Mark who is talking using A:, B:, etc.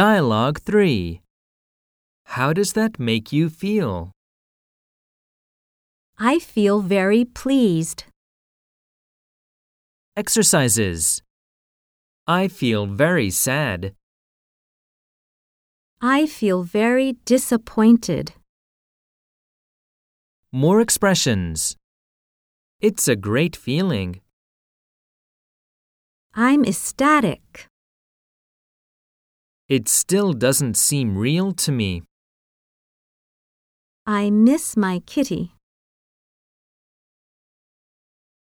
A: Dialogue 3 How does that make you feel?
B: I feel very pleased.
A: Exercises I feel very sad.
B: I feel very disappointed.
A: More expressions. It's a great feeling.
B: I'm ecstatic.
A: It still doesn't seem real to me.
B: I miss my kitty.